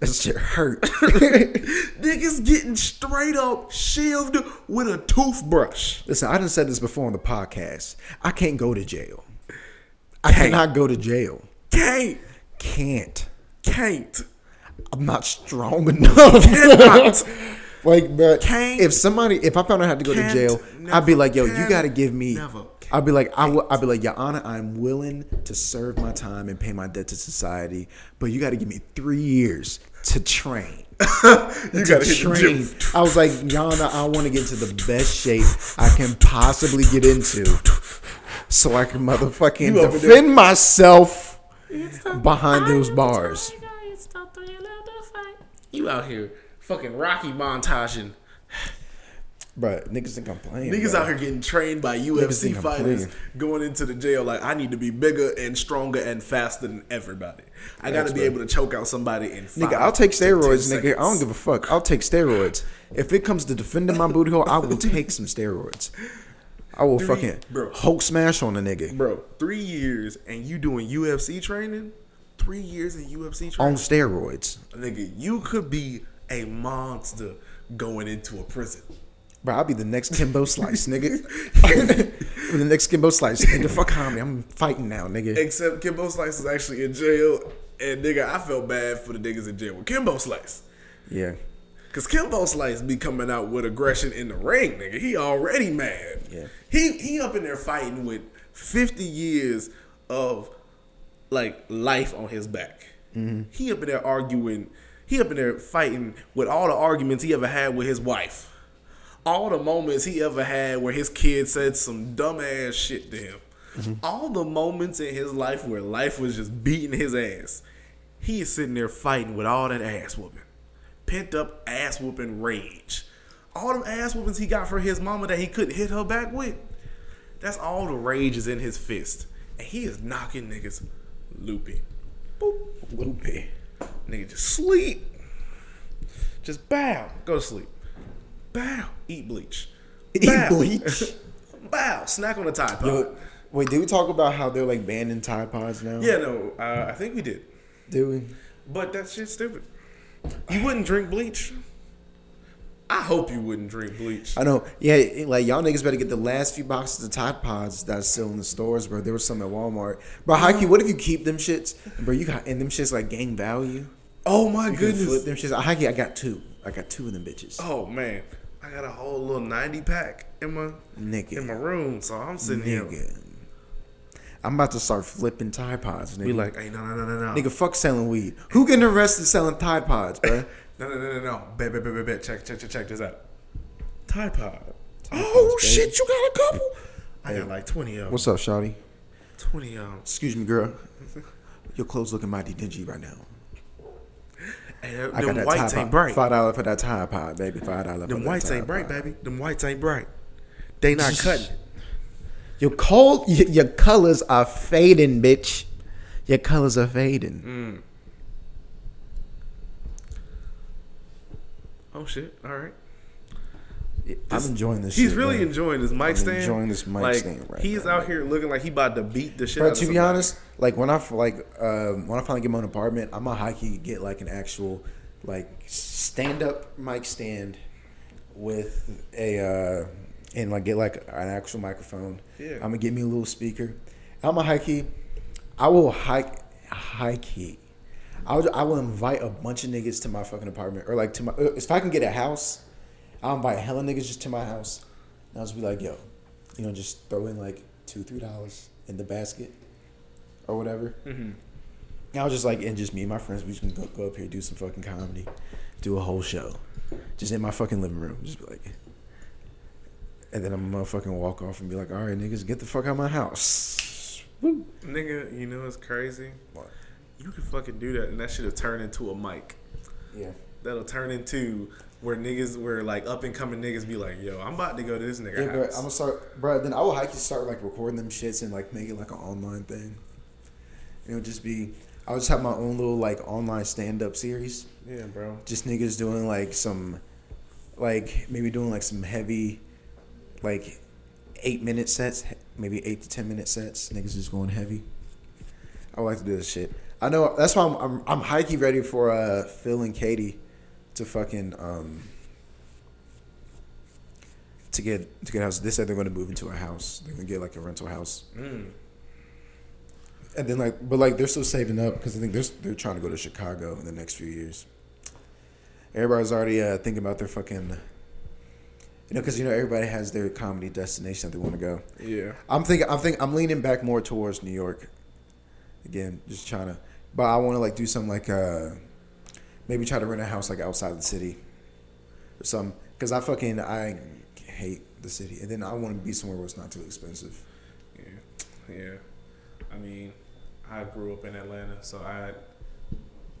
That shit hurt.
Niggas getting straight up shelved with a toothbrush.
Listen, I done said this before on the podcast. I can't go to jail. I cannot go to jail.
Can't,
Can't.
can't,
I'm not strong enough.
Cannot.
like, but
Can't.
if somebody, if I found out I had to go to
Can't.
jail, I'd
Never.
be like, yo, you
Can.
gotta give me.
Never.
I'd be like, I will. I'd be like, Your Honor, I'm willing to serve my time and pay my debt to society, but you gotta give me three years to train.
You
to
gotta hit the
train.
gym.
I was like, Yana, I want to get into the best shape I can possibly get into, so I can motherfucking
You over there.
defend myself behind those bars.
You out here fucking Rocky montaging.
But niggas think I'm playing.
Niggas
bro.
out here getting trained by UFC
think I'm
fighters
playing.
going into the jail like I need to be bigger and stronger and faster than everybody. I gotta be
bro.
able to choke out somebody in five
Nigga, I'll take
to 10
steroids, nigga. I don't
seconds.
give a fuck. I'll take steroids. If it comes to defending my booty hole, I will take some steroids. I will fucking
bro.
Hulk smash on a nigga
Bro, three years and you doing UFC training? Three years in UFC training?
on steroids.
Nigga, you could be a monster going into a prison.
Bro, I'll be the next Kimbo Slice, nigga. I'll be the next Kimbo Slice, nigga. Fuck comedy. I'm fighting now, nigga.
Except Kimbo Slice is actually in jail. And nigga, I felt bad for the niggas in jail with Kimbo Slice.
Yeah.
Cause Kimbo Slice be coming out with aggression in the ring, nigga. He already mad.
Yeah.
He he up in there fighting with 50 years of like life on his back. He up in there arguing. He up in there fighting with all the arguments he ever had with his wife. All the moments he ever had where his kid said some dumbass shit to him. All the moments in his life where life was just beating his ass. He is sitting there fighting with all that ass whooping. Pent up ass whooping rage. All them ass whoopings he got for his mama that he couldn't hit her back with. That's all the rage is in his fist. And he is knocking niggas loopy. Boop.
Loopy.
Nigga just sleep. Just bow. Go to sleep. Bow. Eat bleach.
Eat
Bow.
bleach?
bow. Snack on a Tide Pod.
Yo, wait, did we talk about how they're like banning Tide Pods now?
Yeah, no, uh, I think we did.
Do we?
But that shit's stupid. You wouldn't drink bleach? I hope you wouldn't drink bleach.
I know. Yeah, it- like y'all niggas better get the last few boxes of Tide Pods that's still in the stores, bro. There was some at Walmart. Bro, Hikey, what if you keep them shits? Bro, you got and them shits like gang value.
Oh my
You can
goodness.
flip them shits. Hikey, I got two. I got two of them bitches.
Oh man. I got a whole little 90 pack in my
Nigga.
in my room, so I'm sitting here.
Nigga. I'm about to start flipping Tide Pods, nigga.
Be like, hey, no, no, no, no, no.
Nigga, fuck selling weed. Who getting arrested selling Tide Pods, bro?
No, no, no, no, no. Bet, bet, bet, bet, bet. Check, check, check, check this out. Tide Pod. Oh,
Pods, baby.
shit, you got a couple? I got like 20 of them.
What's up, Shawty?
20 of them.
Excuse me, girl. Your clothes looking mighty dingy right now.
Hey, them
I got that
whites
Tide
ain't
Pod.
bright.
Five dollar for that Tide Pod, baby. Five dollar.
Them
for
whites
that
ain't
Tide
bright,
Pod.
baby. Them whites ain't bright. They not cutting. it.
Your cold, y- your colors are fading, bitch. Your colors are fading.
Mm. Oh shit! All right.
I'm enjoying this.
He's
shit,
really
man.
enjoying this mic
I'm
stand.
enjoying this mic
like,
stand right
He's
now.
out here looking like he about to beat the shit. out
But
of
to be
somebody.
honest, like when I f- like um, when I finally get my own apartment, I'm a high key get like an actual like stand up mic stand with a uh, and like get like an actual microphone.
Yeah.
I'm gonna get me a little speaker. I'm a high key. I will high high key. I would, I will invite a bunch of niggas to my fucking apartment or like to my uh, if I can get a house, I'll invite hella niggas just to my house. And I'll just be like, yo, you know, just throw in like two, three dollars in the basket or whatever. And I was just like, and just me and my friends, we just gonna go, go up here do some fucking comedy. do a whole show, just in my fucking living room, just be like, and then I'm gonna fucking walk off and be like, all right, niggas, get the fuck out of my house. Woo.
Nigga, you know it's crazy.
What?
You can fucking do that, and that should have turned into a mic.
Yeah.
That'll turn into where niggas, where like up and coming niggas be like, yo, I'm about to go to this nigga
Yeah, bro. I'm
house.
gonna start, bro. Then I will hike you start like recording them shits and like make it like an online thing. It would just be, I'll just have my own little like online stand up series.
yeah, bro.
Just niggas doing like some, like maybe doing like some heavy, like eight minute sets, he- maybe eight to ten minute sets. Niggas just going heavy. I like to do this shit. I know that's why I'm I'm, I'm hiking ready for uh Phil and Katie to fucking um to get to get a house. They said they're gonna move into a house. They're gonna get like a rental house.
Mm.
And then like, but like they're still saving up because I think they're they're trying to go to Chicago in the next few years. Everybody's already uh, thinking about their fucking, you know, because you know everybody has their comedy destination that they want to go.
Yeah.
I'm thinking, I'm thinking, I'm leaning back more towards New York. Again, just trying to, but I want to like do something like uh, maybe try to rent a house like outside the city, or something. Because I fucking I hate the city, and then I want to be somewhere where it's not too expensive.
Yeah. Yeah. I mean, I grew up in Atlanta, so I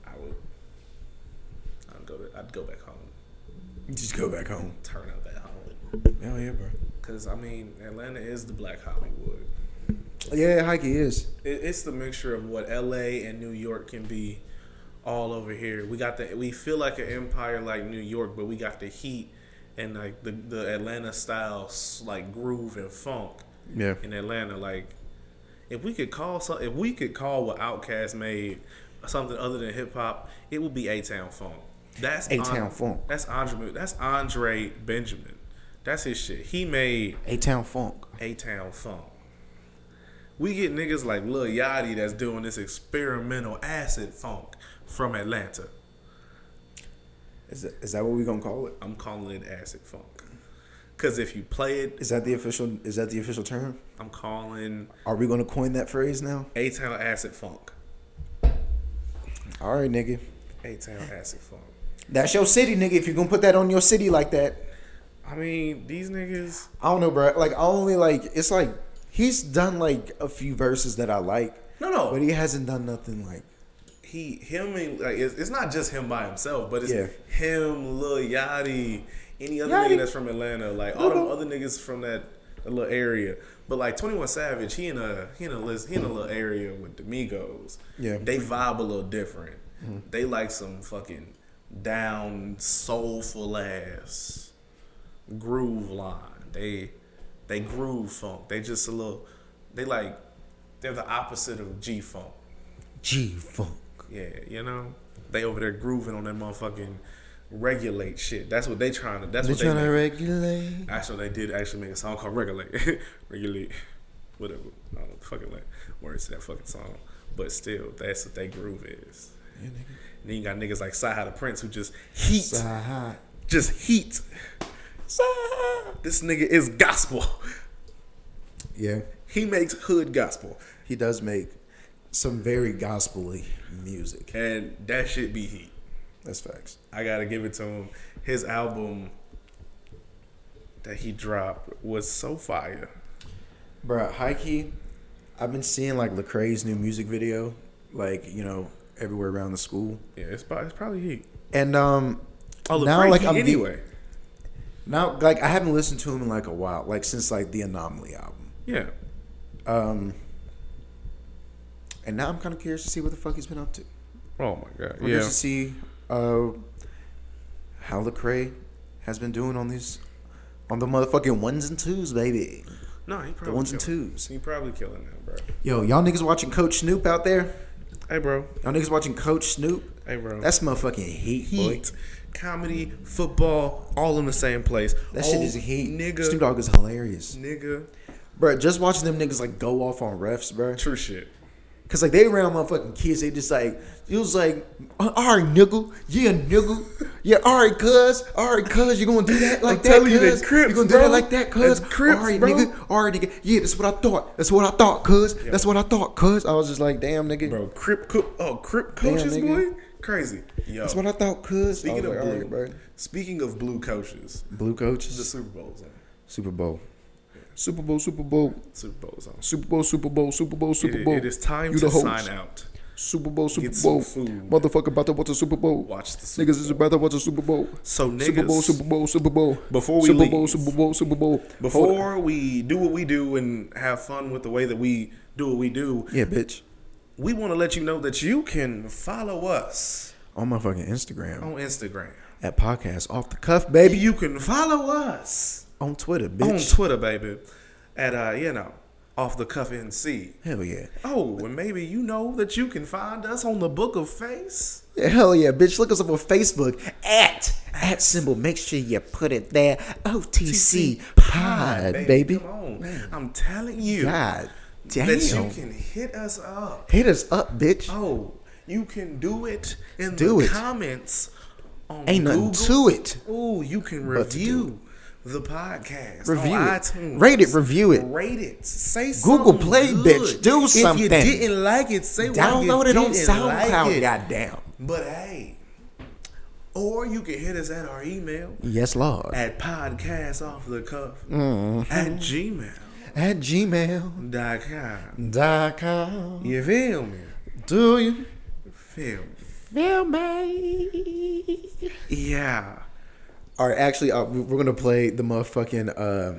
I would I'd go to, I'd go back home.
Just go back home.
Turn up at Hollywood.
Hell yeah, bro.
Cause I mean, Atlanta is the black Hollywood.
Yeah, hike is.
It, it's the mixture of what LA and New York can be all over here. We got the we feel like an empire like New York, but we got the heat and like the, the Atlanta style s- like groove and funk
Yeah.
in Atlanta. Like if we could call some, if we could call what Outkast made something other than hip hop, it would be A Town Funk. That's An-
A-Town Funk.
That's Andre. That's Andre Benjamin. That's his shit. He made
A Town Funk.
a Town Funk. We get niggas like Lil Yachty that's doing this experimental acid funk from Atlanta.
Is that, is that what we gonna call it?
I'm calling it acid funk. Cause if you play it,
Is that the official? Is that the official term?
I'm calling
Are we gonna coin that phrase now?
A Town acid funk.
All right, nigga.
A Town acid funk.
That's your city, nigga. If you're gonna put that on your city like that,
I mean, these niggas.
I don't know, bro. Like I only like it's like he's done like a few verses that I like,
No, no.
but he hasn't done nothing like.
he him and like it's, it's not just him by himself, but it's
Yeah.
him, Lil Yachty, any other
Yachty.
nigga that's from Atlanta, like all them other niggas from that little area. But like Twenty One Savage, he in a he in a list, he in a little area with Domingos.
Yeah. Mm-hmm.
they vibe a little different. They like some fucking down soulful ass groove line. They they groove funk. They just a little. They like they're the opposite of G funk.
G funk.
Yeah, you know, they over there grooving on that motherfucking regulate shit. That's what they trying to. That's
They're
what they.
trying to
make.
regulate.
Actually, they did actually make a song called Regulate. regulate, whatever. I don't know the fucking like, words to that fucking song, but still, that's what they groove is. And then you got niggas like Saha the Prince who just heat,
Side.
just heat. Saha, this nigga is gospel.
Yeah,
He makes hood gospel,
he does make some very gospelly music.
and that shit be heat.
That's facts.
I gotta give it to him. His album that he dropped was so fire.
Bruh, high key, I've been seeing like Lecrae's new music video, like you know, everywhere around the school,
Yeah, it's probably, it's probably he.
and um,
Oh,
now like I'm deep-
anyway.
now like I haven't listened to him in like a while, like since like the Anomaly album,
yeah,
um, and now I'm kind of curious to see what the fuck he's been up to.
oh my god,
I'm
yeah,
curious to see uh how Lecrae has been doing on these on the motherfucking ones and twos, baby,
no, he probably
the ones and
killing-
twos.
He probably killing that, bro.
Yo, y'all niggas watching Coach Snoop out there?
Hey, bro,
Y'all niggas watching Coach Snoop?
hey, bro.
That's motherfucking heat, boy.
heat, comedy, football, all in the same place.
That shit
Oh,
is heat.
nigga.
Snoop Dogg is hilarious,
Nigga,
bro. Just watching them niggas like go off on refs, bro.
true shit.
Cause like they around motherfucking kids, they just like it was like, "Uh, all right, nigga, yeah, nigga, yeah, all right, cuz, all right, cuz, you gonna do that like that,
telling you, they
cuz,
Crips,
you gonna do
bro.
that like that, cuz,
That's Crips,
all right,
bro.
nigga, all right, nigga, yeah, that's what I thought, that's what I thought, cuz, that's what I thought, cuz. I was just like, damn, nigga,
Bro, Crip, co- oh, Crip coaches,
nigga.
boy. Crazy. Yo.
That's what I thought. Cause
Speaking
I
of
was like,
blue,
all right, bro.
speaking of blue coaches,
Blue
the
coaches.
Super Bowl's on.
Super Bowl.
Super Bowl, Super Bowl,
Super Bowl's on.
Super Bowl, Super Bowl, Super Bowl,
It-
Super Bowl.
it is time
You
to
the host.
sign out.
Super Bowl, Super
Get some
Bowl.
food.
Motherfucker about to watch a Super Bowl.
Watch the Super
Niggas is about to watch a Super Bowl.
So niggas,
Super Bowl, Super Bowl, Super Bowl.
Before we
Super Bowl,
leave.
Super Bowl, Super Bowl. Hold it.
before we do what we do and have fun with the way that we do what we do,
Yeah, bitch.
we want to let you know that you can follow us
On my fucking Instagram
on Instagram.
at podcast off the cuff, baby.
You can follow us
On Twitter,
on
bitch.
Twitter, baby, at uh, you know, off the cuff NC.
Hell yeah.
Oh, and maybe you know that you can find us on the Book of Face.
Yeah, Hell yeah, bitch. Look us up on Facebook at at symbol. Make sure you put it there. OTC pod, baby.
Come on, I'm telling you
God
that you
damn.
can hit us up.
Hit us up, bitch.
Oh, you can do it in
Do
the
it.
comments. On
Ain't
Google.
nothing to it.
Oh, you can
But to do
review the podcast.
Review
on
it.
iTunes.
Rate it, review it.
Rate it. Say
Google
something
Play,
good.
bitch. Do something.
If you didn't like it, say why you
Download it on
didn't
SoundCloud.
Like it.
Goddamn.
But hey, or you can hit us at our email
Yes, Lord.
at podcastoffthecuff
Mm-hmm.
at gmail.com.
At gmail dot com.
You feel me?
Do you
Feel me?
feel me?
Yeah.
All right, actually, uh, we- we're gonna play the motherfucking uh,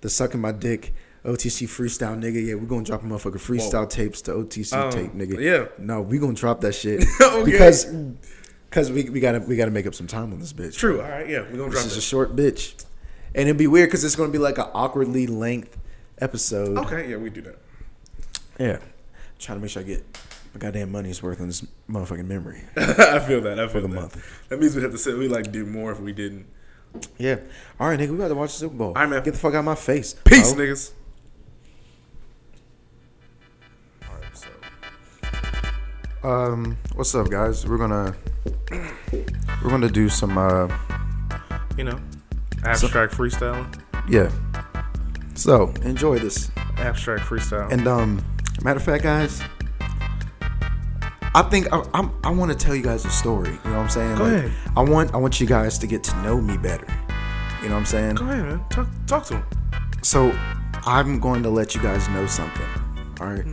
the sucking my dick OTC freestyle nigga. Yeah, we're gonna drop a motherfucking freestyle tapes to OTC
Um,
tape nigga.
yeah.
no, we gonna drop that shit
Okay.
because because we, we gotta we gotta make up some time on this bitch.
True. All right. Yeah. We're going to
This
drop
is a
this.
short bitch, and it'd be weird because it's gonna be like an awkwardly length episode.
Okay. Yeah. We do that.
Yeah, trying to make sure I get my goddamn money's worth on this motherfucking memory.
I feel that. I feel For
the
that.
month.
That means we have to say we like do more if we didn't.
yeah. All right, nigga, we about to watch the Super Bowl. All
right, man.
Get the fuck out of my face. Oh,
Peace,
ho.
niggas. All right, so
Um, what's up, guys? We're gonna we're gonna do some uh,
you know, abstract freestyling,
yeah. So enjoy this.
abstract freestyle.
And um, matter of fact, guys, I think I, I'm I want to tell you guys a story. You know what I'm saying?
Go
Like,
ahead.
I want I want you guys to get to know me better. You know what I'm saying?
Go ahead, man. Talk, talk to him.
So I'm going to let you guys know something. All right.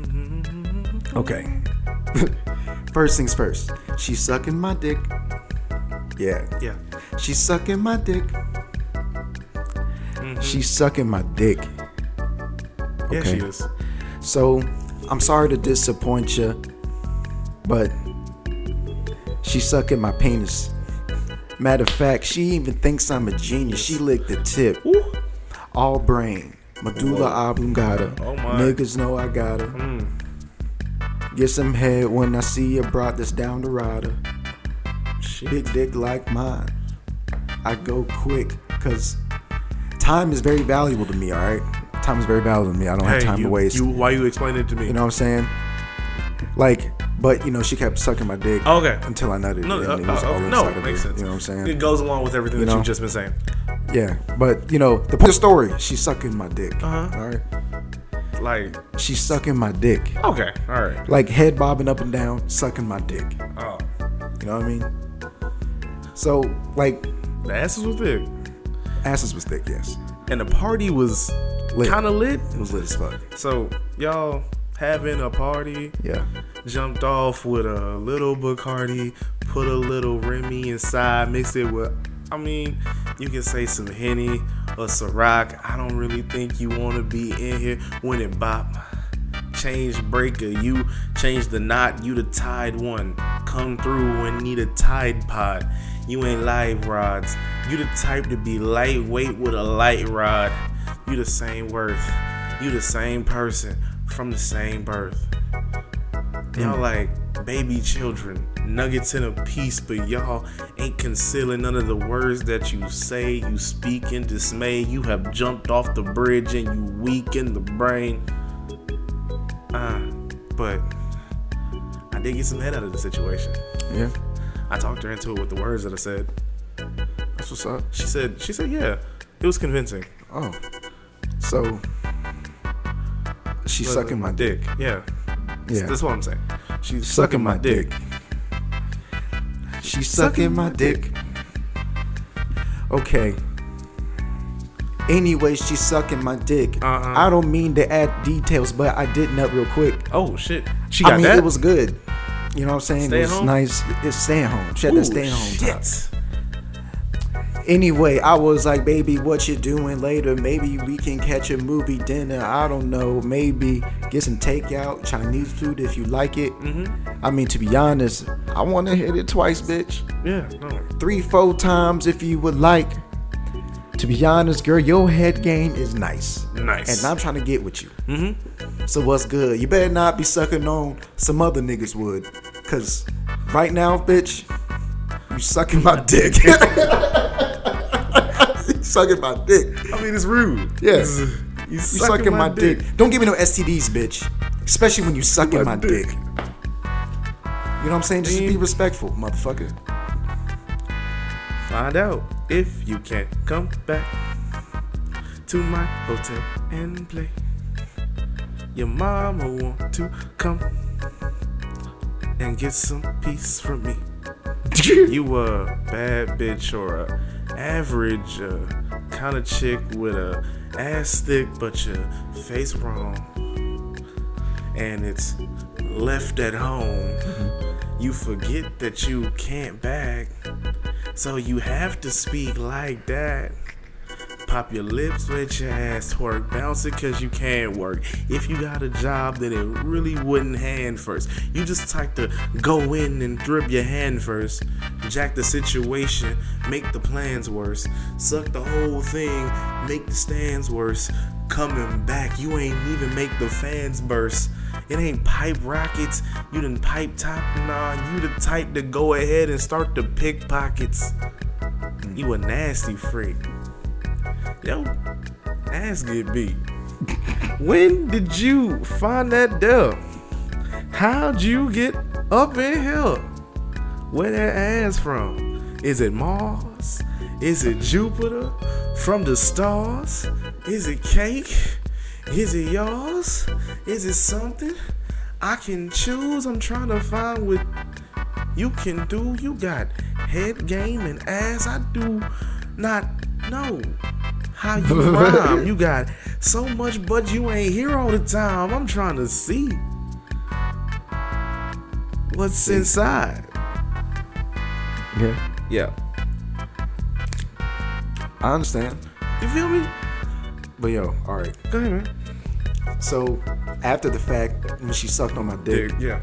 Okay. first things first. She's sucking my dick. Yeah.
Yeah.
She's sucking my dick. She's sucking my dick.
Yeah, she
Okay.
is.
So I'm sorry to disappoint you, but she's sucking my penis. Matter of fact, she even thinks I'm a genius. She licked the tip.
Woo.
All brain. Medulla oblongata.
Oh my. Hmm.
Niggas know I got her. Get some head when I see a brought this down to rider.
Shit.
Big dick like mine. I go quick because time is very valuable to me, alright? Time is very valuable to me. I don't have
Hey,
time
you,
to waste.
you,
You,
why you explaining it to me?
know what I'm saying? Like, but you know, she kept sucking my dick
Okay.
until I nutted.
Oh. no,
and
uh,
it was
uh,
all
uh,
inside
no,
of
it makes
it,
sense.
You know what I'm saying?
It goes along with everything that
know?
you've just been saying.
yeah, but you know, the point of the story, she's sucking my dick.
Uh-huh.
All right,
Like,
she's sucking my dick,
okay, all right.
like head bobbing up and down, sucking my dick.
Oh,
You know what I mean? So, like,
the asses was big,
asses was thick. Yes,
and the party was
Lit.
kind of lit.
it was lit as fuck.
So y'all having a party.
Yeah,
jumped off with a little Bacardi, put a little Remy inside, mix it with, I mean, you can say some Henny or Ciroc. I don't really think you want to be in here when it bop. Change breaker, you change the knot, you the tied one. Come through and need a Tide Pod. You ain't live rods. You the type to be lightweight with a light rod. You the same worth. You the same person from the same birth.
Mm.
Y'all like baby children, nuggets in a piece, but y'all ain't concealing none of the words that you say. You speak in dismay. You have jumped off the bridge and you weak in the brain. Uh, but I did get some head out of the situation.
yeah,
I talked her into it with the words that I said.
that's what's up.
She said, she said, yeah, it was convincing.
Oh, so she's
Look,
sucking my dick.
Yeah,
Yeah,
that's what I'm saying. She's
sucking my dick. She's sucking my dick. Okay. Anyway, she's sucking my dick.
Uh-uh.
I don't mean to add details, but I did nut real quick.
Oh shit. She
I
got
mean,
that.
it was good. You know what I'm saying?
Stay
it
at
was
home?
nice. It's staying home. She had that
Ooh,
staying home.
shit.
time. Anyway, I was like, baby, what you doing later? Maybe we can catch a movie dinner. I don't know. Maybe get some takeout, Chinese food if you like it. I mean, to be honest, I want to hit it twice, bitch.
Yeah. No.
Three, four times if you would like. To be honest, girl, your head game is nice.
Nice.
And I'm trying to get with you. Mm-hmm. So what's good? You better not be sucking on some other niggas would. Cause right now, bitch, you sucking my dick. you sucking my dick.
I mean, it's rude.
Yeah.
It's-
You
You
You sucking, my, dick. Don't give me no STDs, bitch. Especially when you sucking
My
my,
dick.
dick. You know what I'm saying? Just be
Damn.
respectful, motherfucker.
Find out if you can come back to my hotel and play. Your mama want to come and get some peace from me. you a bad bitch or a average uh, kind of chick with a ass thick but your face wrong and it's left at home you forget that you can't back so you have to speak like that Pop your lips, let your ass twerk, bounce it cause you can work. If you got a job, then it really wouldn't hand first. You just like to go in and drip your hand first, jack the situation, make the plans worse, suck the whole thing, make the stands worse. Coming back, you ain't even make the fans burst. It ain't pipe rockets, you done pipe top, nah, you the type to go ahead and start to pickpockets. You a nasty freak yo ass get beat. when did you find that dub? How'd you get up in here? Where that ass from? Is it Mars? Is it Jupiter? From the stars? Is it cake? Is it yours? Is it something? I can choose. I'm trying to find what you can do. You got head game and ass. I do not know how you rhyme. You got so much, but you ain't here all the time. I'm trying to see what's inside.
Yeah.
Yeah.
I understand.
You feel me?
But yo, alright.
Go ahead, man.
So after the fact, when she sucked on my dick,
yeah.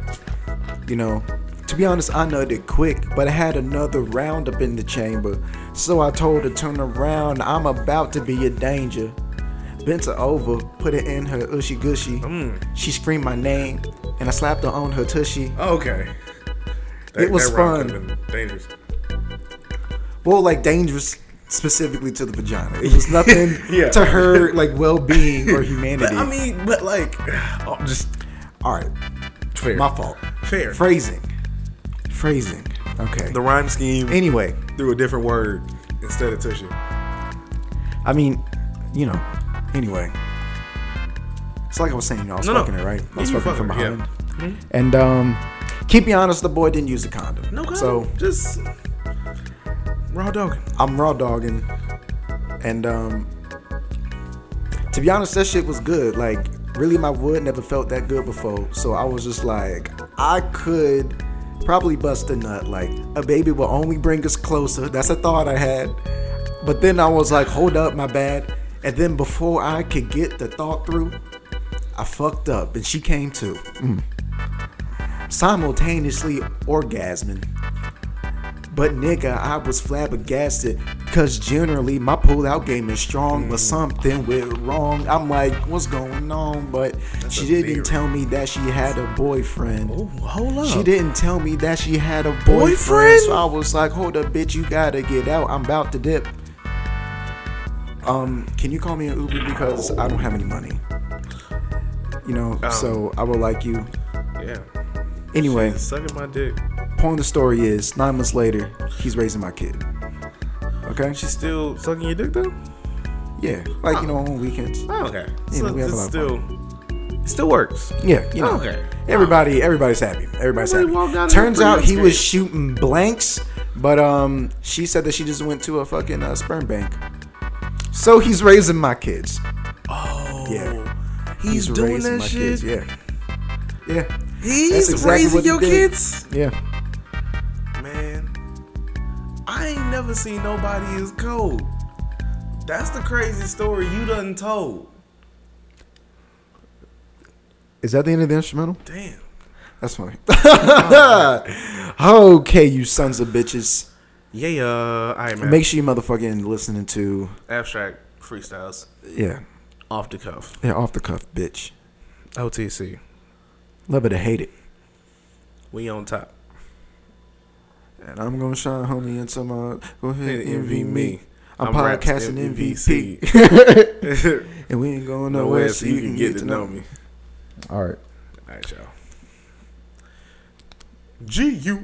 you know, to be honest, I nutted quick, but I had another round up in the chamber. So I told her, turn around, I'm about to be a danger. Bent her over, put it in her ushy gushy.
Mm.
She screamed my name, and I slapped her on her tushy.
Oh, Okay.
It was
rock
fun.
could've been Dangerous.
well, like dangerous specifically to the vagina. It was nothing
Yeah.
to her like well-being or humanity.
I mean, but like, oh, just
all right,
fair.
my fault.
Fair.
Phrasing, phrasing. Okay.
The rhyme scheme
anyway,
through a different word instead of tissue.
I mean, you know, anyway. It's like I was saying, you know, I was
No, no.
fucking it, right? I
Yeah,
was
you
fucking from
fucking her,
behind. And um keep me honest, the boy didn't use a condom.
No, go
So
ahead. just raw dogging.
I'm raw dogging. And um to be honest, that shit was good. Like, really my wood never felt that good before. So I was just like, I could probably bust a nut. Like, a baby will only bring us closer. That's a thought I had. But then I was like, hold up, my bad. And then before I could get the thought through, I fucked up and she came too. Mm. Simultaneously orgasming. But nigga, I was flabbergasted because generally my pull out game is strong,
Mm.
but something went wrong. I'm like, what's going on? But she
a
didn't
theory.
tell me that she had a boyfriend.
Oh, hold up.
She didn't tell me that she had a boyfriend,
Boyfriend?
so I was like, "Hold up, bitch, you gotta get out. I'm about to dip." Um, can you call me an Uber because I don't have any money? You know,
Oh.
so I would like you.
Yeah.
Anyway,
Sucking my dick.
point of the story is nine months later, he's raising my kid. Okay,
She's still sucking your dick though?
yeah, like you know on weekends.
Oh, okay.
Yeah,
So
we have
it's
a lot of
still it still works.
Yeah, you know.
Okay.
Everybody, everybody's happy. Everybody's
Everybody walked
happy.
out of
Turns
there
out
pretty
he was
unscathed.
shooting blanks But um, she said that she just went to a fucking uh, sperm bank. So he's raising my kids.
Oh,
Yeah.
He's, doing that shit.
Yeah. Yeah.
He's
exactly what
raising
he
your
did.
kids,
Yeah.
man. I ain't never seen nobody as cold. That's the crazy story you done told.
Is that the end of the instrumental?
Damn.
That's funny. okay, you sons of bitches.
Yeah, uh, I man.
Make sure you motherfucking listening to
abstract freestyles
yeah,
off the cuff.
yeah, off the cuff, bitch.
OTC.
Love it or hate it,
We on top.
and I'm gonna shine, homie, into my go ahead and envy me. I'm,
I'm E Raps
podcasting
MVC.
MVC,
Nowhere
and we ain't going nowhere,
so you can get to know me.
All right.
All right, y'all. G U